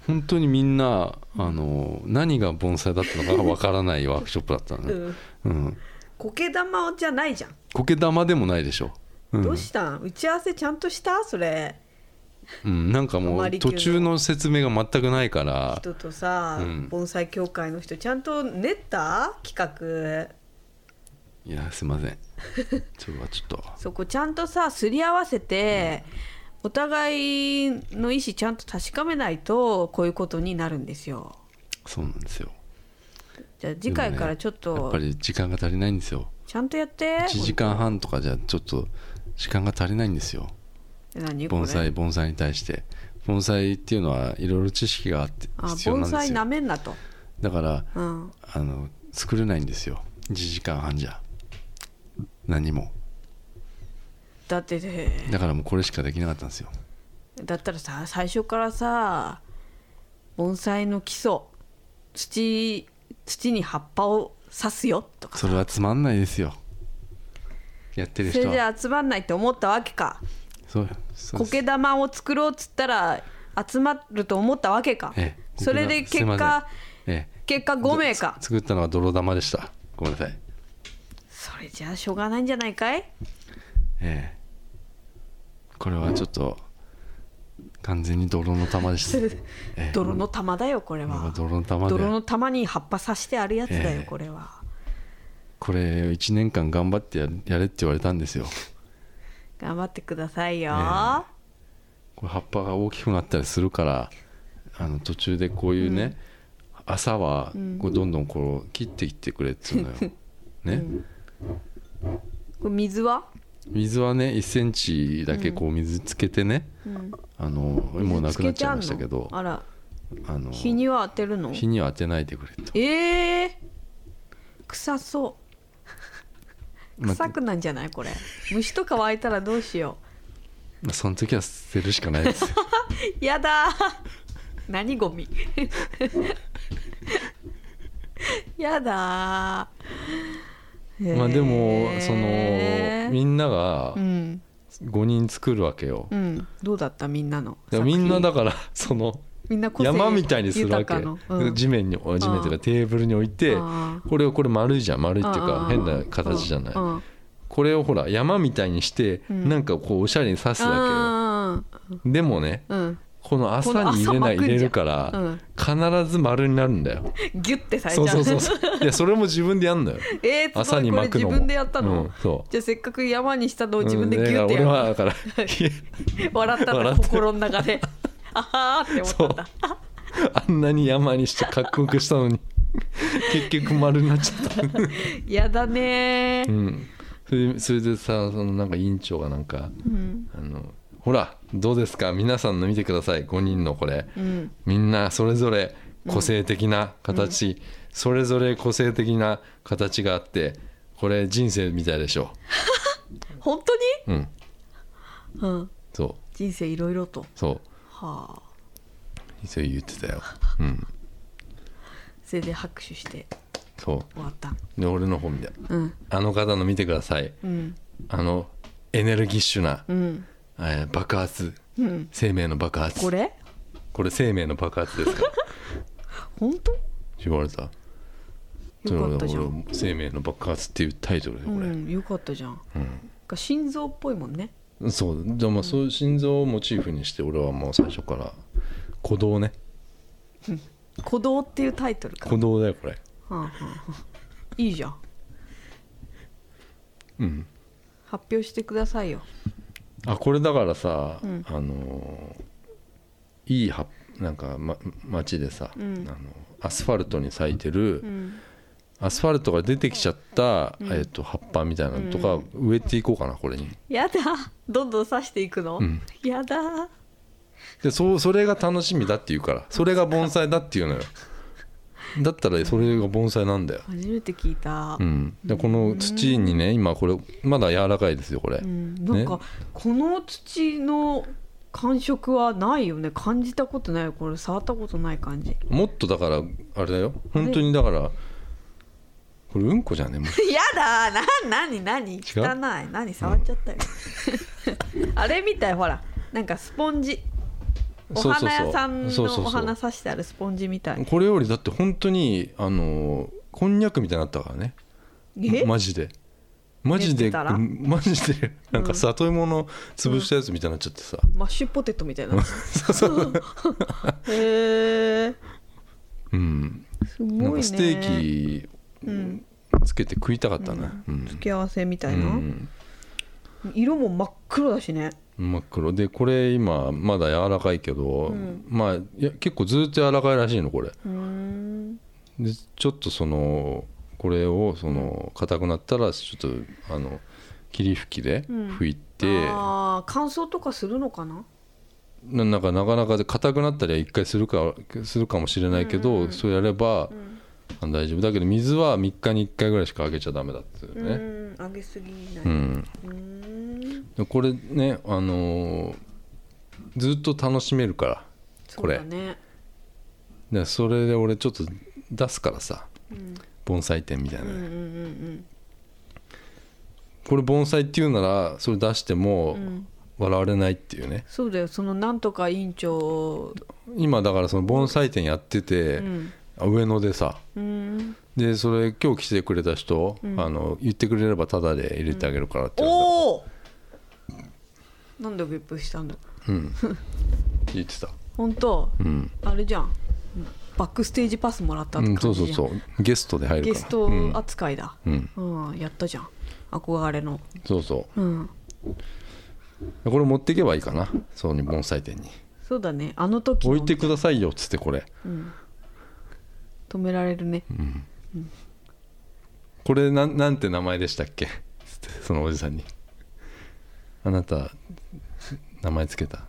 本当にみんなあの何が盆栽だったのかがわからないワークショップだったのうね、ん、うん、苔玉じゃないじゃん苔玉でもないでしょ、うどうんしたん打ち合わせちゃんとしたそれうん、なんかもあまうり急途に中の説明が全くないから人とさ、うん盆栽協会の人ちゃんと練った企画いやすいませ んそれはちょっとそこちゃんとさすり合わせて、お互いの意思ちゃんと確かめないとこういうことになるんですよそうなんですよじゃあ次回からちょっやっと、ぱり時間が足りないんですよちゃんとやって1時間半とかじゃちょっと時間が足りないんですよ何これ盆栽盆栽に対して盆栽っていうのはいろいろ知識があってあ必要な盆んで栽すなよめんなと、だからうん、あの作れないんですよ1時間半じゃ何もだってねだからもうこれしかできなかったんですよだったらさ最初からさ盆栽の基礎土土に葉っぱを刺すよとかそれはつまんないですよやってるそ人れじはゃ集まんないって思ったわけかそうそうです苔玉を作ろうっつったら集まると思ったわけか、ええそれで結果すいませんええ結果5名かつ作ったのは泥玉でしたごめんなさいそれじゃあしょうがないんじゃないかいええこれはちょっと完全に泥の玉でした、ええ泥の玉だよこれこれはは泥の玉で泥の玉に葉っぱ刺してあるやつだよええこれはこれ1年間頑張ってややれって言われたんですよ頑張ってくださいよえこれ葉っぱが大きくなったりするからあの途中でこういうね、朝はこうどんどんこう切っていってくれっつ うのよ、ねこれ水は水はね1センチだけこう水つけてね、あのもうなくなっちゃいましたけ水つどてあんのあらあの日には当てるの日には当てないでくれと、ええ臭そう まあ臭くなんじゃないこれ虫とか湧いたらどうしよまあその時は捨てるしかないですようやだー何ゴミ やだーまあでも へーそのみんながうん5人作るわけよ、うんどうだったみんなのだからみんなだから そのみんな個性山みたいにするわ豊けかのうん地面にお地面といううかんテーブルに置いてあーこれをこれ丸いじゃん丸いっていうあかー変な形じゃないうんうんこれをほら山みたいにしてうんなんかこうおしゃれに刺すわあけよでもねーうんこの朝に入れないこの朝巻くんじゃん入れるから必ず丸になるんだようんギュッてされちゃそううそうそうそういやそれも自分でやんのよ えー、すごい朝に巻くのこもれ自分でやったの、うんそうじゃあせっかく山にしたのを自分でギュッてうんだから俺はやだる、から笑ったん笑だって心の中で あはーって思ったんだ あんなに山にしてかっこよくしたのに 結局丸になっちゃったやだねうー、ん、それでそれでさそのなんか委員長がなんかうんあの「ほらどうですか皆さんの見てください5人のこれうん、みんなそれぞれ個性的な形、それぞれ個性的な形があってこれ人生みたいでしょ本当に、」うんうん、そう人生いろいろとそはあうそう言ってたようんそれで拍手してそ終わったうで俺の方見てうんあの方の見てくださいうんあのエネルギッシュな、うんえー爆発うん生命の爆発これこれ生命の爆発です か本当言われたよかったじゃん俺生命の爆発っていうタイトルでこれ、うんよかったじゃん、が心臓っぽいもんねそうでもそういう心臓をモチーフにして俺はもう最初から鼓動ね鼓動っていうタイトルか、鼓動だよこれはあはあはあいいじゃんうん発表してくださいよあこれだからさ、うんあのーいいはなんか、ま、街でさ、うんあのアスファルトに咲いてる、うんアスファルトが出てきちゃった、えっと葉っぱみたいなのとか植えていこうかなこれにやだどんどん刺していくの、うんやだでそうそれが楽しみだって言うからそれが盆栽だっていうのよだったらそれが盆栽なんだよ初めて聞いたう、ん、でこの土にね今これまだ柔らかいですよこれ、うんなんか、ねこの土の感触はないよね感じたことないよこれ触ったことない感じもっとだからあれだよ本当にだからこれうんこじゃねもう やだな何何汚い何触っちゃったよ、 あれみたいほらなんかスポンジおそうそう花そう屋さんそうそうそうのお花刺してあるスポンジみたいこれよりだって本当にあのーこんにゃくみたいになったからねえマジでマジで練ってたらマジでなんか里芋の潰したやつみたいになっちゃってさ、マッシュポテトみたい なそうそうへえうんすなごんいねかステーキうんつけて食いたかったねうん、付け合わせみたういな、ん色も真っ黒だしね真っ黒でこれ今まだ柔らかいけど、んまあいや結構ずっと柔らかいらしいのこれうーんでちょっとそのこれをその硬くなったらちょっとあの霧吹きで拭いて、ああ乾燥とかするのかなななんかなかなかで硬くなったりは一回するかするかもしれないけど、うんうんうんそうやればうん、あ大丈夫だけど水は3日に1回ぐらいしかあげちゃダメだっていうね、うん揚げすぎない、うんうーんでこれねあのーずっと楽しめるからそこうれだねでそれで俺ちょっと出すからさうん盆栽店みたいなうんうね、んうんこれ盆栽っていうならそれ出してもうんうん笑われないっていうねそうだよそのなんとか委員長を今だからその盆栽店やってうて、ん上野でさうんでそれ今日来てくれた人、うんあの言ってくれればタダで入れてあげるからって言われたおおなんでゲップしたんだうん、言ってた、本当うんあれじゃんバックステージパスもらったうってん、感そうそじうじゃん、そうゲストで入るからゲストうん、扱いだうんうん、やったじゃん憧れのそうそうんうこれ持っていけばいいかなそうに盆栽店にそうだねあの時の置いてくださいよっつってこれうん、止められるねこれなんなんて名前でしたっけ つってそのおじさんにあなた名前つけた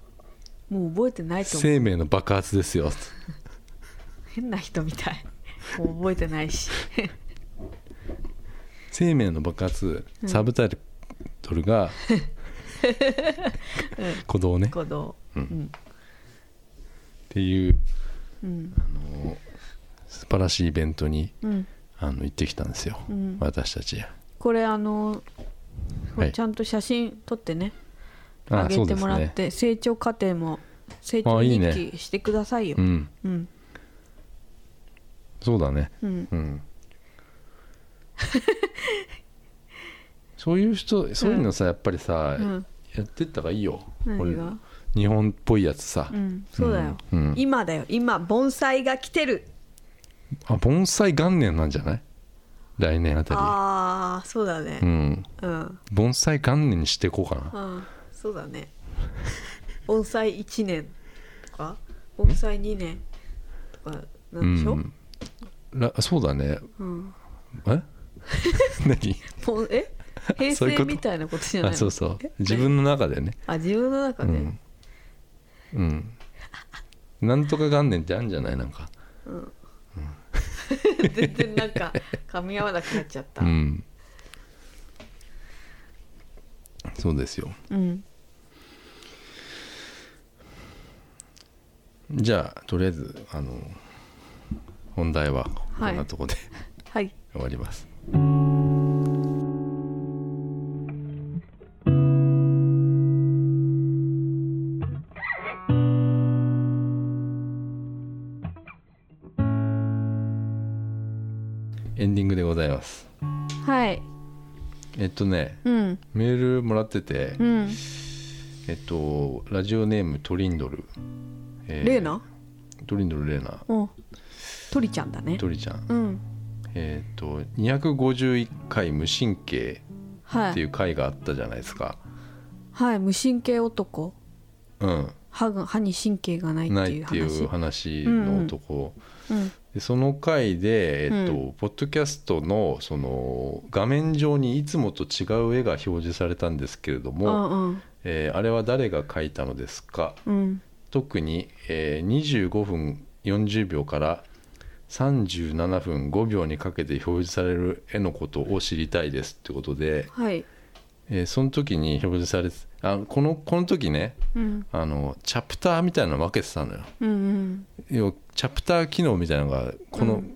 もう覚えてないと思う生命の爆発ですよ変な人みた いもう覚えてないし生命の爆発サブタイトル が鼓動ねっ行動うんていううん素晴らしいイベントにうんあの行ってきたんですよ、うん私たちこれあの、はいちゃんと写真撮ってねああげそうてですもらっねて、成長過程も成長あいい日ね記してくださいようんうんそうだねうんうん そういう人そういうのさやっぱりさ、うんやってった方がいいよ何が俺日本っぽいやつさ、うんそうだよ、うん今だよ今盆栽が来てるあ盆栽元年なんじゃない来年あたああそうだねりうんうん盆栽元年にしていこうかなああそうだね盆栽1年とか盆栽2年とかなんでしょ、んらそうだねうんえ 何ぼんえ平そういうこ成とみたいなことじゃないあのそうそうえ自分の中でねあ自分の中で、うん、うん、なんとか元年ってあるんじゃないなんか全然なんか噛み合わなくなっちゃったう、んそうですようんじゃあとりあえずあの本題はこんなとこで、はい終わりますエンディングでございますはいえっとねうんメールもらってて、うんえっとラジオネームトリンドル、えーレーナトリンドルレーナうん鳥ちゃんだねトリちゃんうんえっと251回無神経はっていいう回があったじゃないですか、はい無神経男歯が歯に神経がないっうんなていいうってい話う話の男、うんでその回で、えっとうポッドキャストのその画面上にいつもと違う絵が表示されたんですけれどうも、んうんえーあれは誰が描いたのですかうん特に、えー25分40秒から37分5秒にかけて表示される絵のことを知りたいですってことで、はいえーその時に表示されてあこのこの時ねうんあのチャプターみたいなの分けてたのようんうん要はチャプター機能みたいなのがこの、うん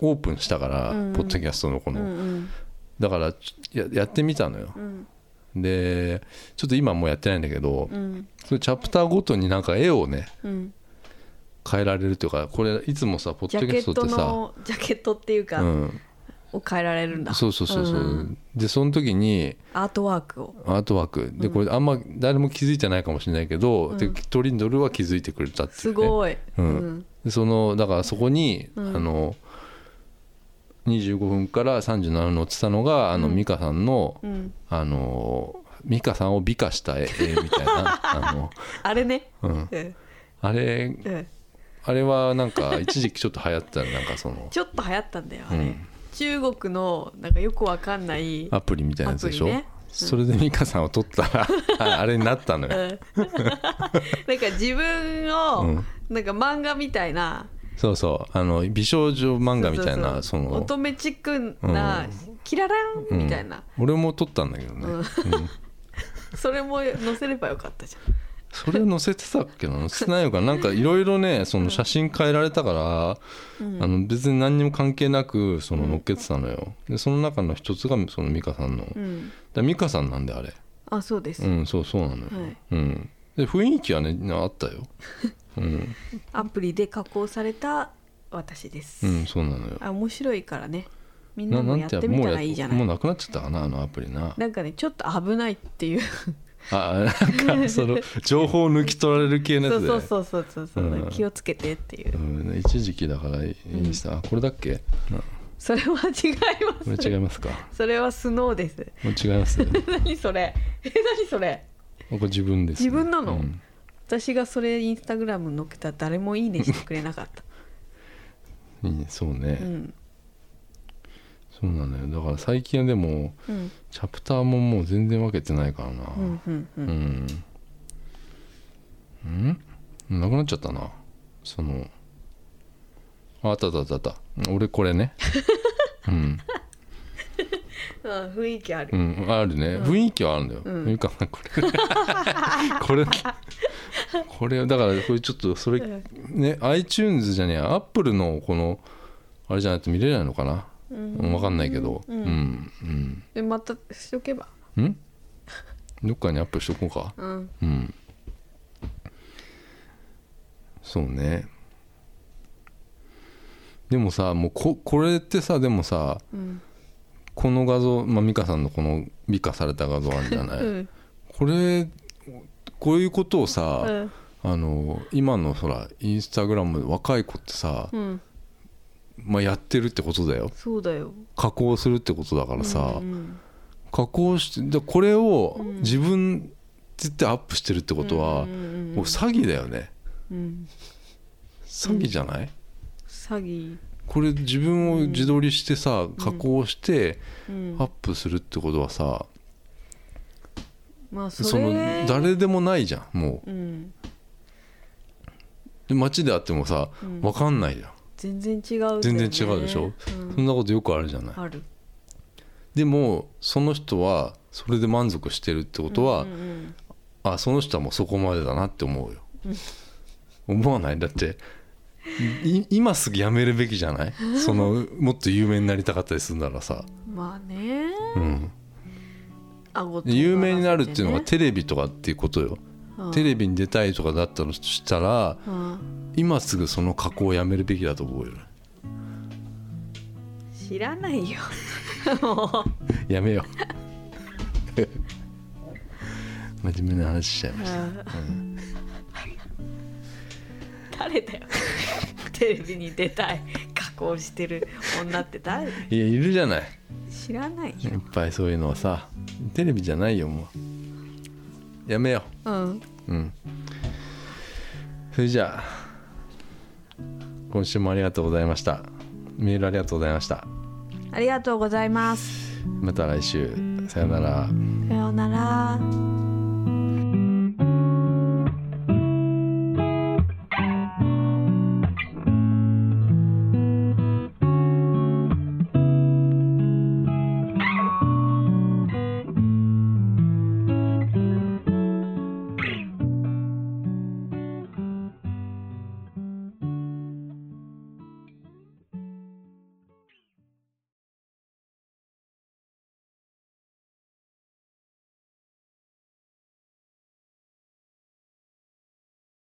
オープンしたから、うんうんポッドキャストのうこんの、うんだからちょややってみたのようんでちょっと今もうやってないんだけど、うんそのチャプターごとになんか絵をねうん変えられるというかこれいつもさポッジドャキケャスットトってさのジャケットっていうか、うん、を変えられるんだそうそうそうそう、んでその時にアートワークをアートワークでこれあんま誰も気づいてないかもしれないけど、でトリンドルは気づいてくれたっていう、ね、すごい、うんでそのだからそこに、うんあの25分から37分乗ってたのがあのうん美香さんの、うんあの美香さんを美化した絵絵みた いなあの、あれねうん、うんあれうんあれはなんか一時期ちょっと流行ってたのなんかそのちょっと流行ったんだよあれ、うん中国のなんかよくわかんないアプリみたいなアやつプでリしょ、ねそれで美香さんを撮っ たらああれになったのよ、なんか自分を、なんか漫画みたいなそうそうあの美少女漫画みたいなそそうそうの乙女チックな、キラランみたいな、俺も撮ったんだけどね、うんうん それも載せればよかったじそれ載せてたっけな載せてないのかななんかいろい ろねその写真変えられたから、あの別に何にも関係なくその載っけてたのよでその中の一つがその美香さんの、ゃん、うん、だ美香さんなんであれあそうです、うんそうそうなのよ、はいうんで雰囲気はねあったようん、アプリで加工された私です、うん、そうな のよあ面白いからねみんなもやってみたらいいじゃないもうなくなっちゃったかなあのアプリななんかねちょっと危ないっていうあなん かその情報を抜き取られる系のやそつうでそうそうそうそうそう、うん気をつけてっていう、うん、一時期だからインスタ、あこれだっけ、うん、こそれは違いますれ違い ますかそれはスノーです もう違います、ね、何それえ何それこれ自分ですね、自分なのうん私がそれインスタグラムに載っけたら誰もいいねしてくれなかったいいね そううね、んそうなのよだから最近はでもうんチャプターももう全然分けてないからなうんうんううんん、うんなくなっちゃったなそのああったあったあったあった俺これねうん、あ雰囲気あうる、ん、あるね、雰囲気はあるんだよ、うんゆかさんこ れこれこれだからこれちょっとそれうんね iTunes じゃねえや Apple のこのあれじゃないと見れないのかな、うん、分かんないけどうんうんうん、でまたしとけばうん、どっかにアップしとこうかうんうんそうねでもさもうここれってさでもさうんこの画像、まあ、美香さんのこの美化された画像あるじゃなうい、んこれこういうことをさ、うんあの今のほらインスタグラム若い子ってさ、うんまあ、やってるってことだよそうだよ加工するってことだからさ、うんうん加工してでこれをうん自分って言ってアップしてるってことは、うんうんうんもう詐欺だよねうん詐欺じゃない、詐欺これ自分を自撮りしてさ、加工してうんアップするってことはさ、まあそれその誰でもないじゃんもうんうで街であってもさうん分かんないじゃん、全然違うよね全然違うでしょ、うんそんなことよくあるじゃないあるでもその人はそれで満足してるってことは、うんうんあその人はもうそこまでだなって思うよ、思わないだってい今すぐやめるべきじ ゃないそのもっと有名になりたかったりするならさ、うんまあねうん、顎とで有名になるっていうのがテレビとかっていうことよ、テレビに出たいとかだったとしたらビうん今すぐその加工をやめるべきだと思うよね 知らないよもうやめよう 真面目な話しちゃいました誰 だよテレビに出たい加工してる女って誰いやいるじゃない知らないいよっぱいそういうのはさテレビじゃないよもうやめようんううんそれじゃあ今週もありがとうございましたメールありがとうございましたありがとうございますまた来週さよならさようなら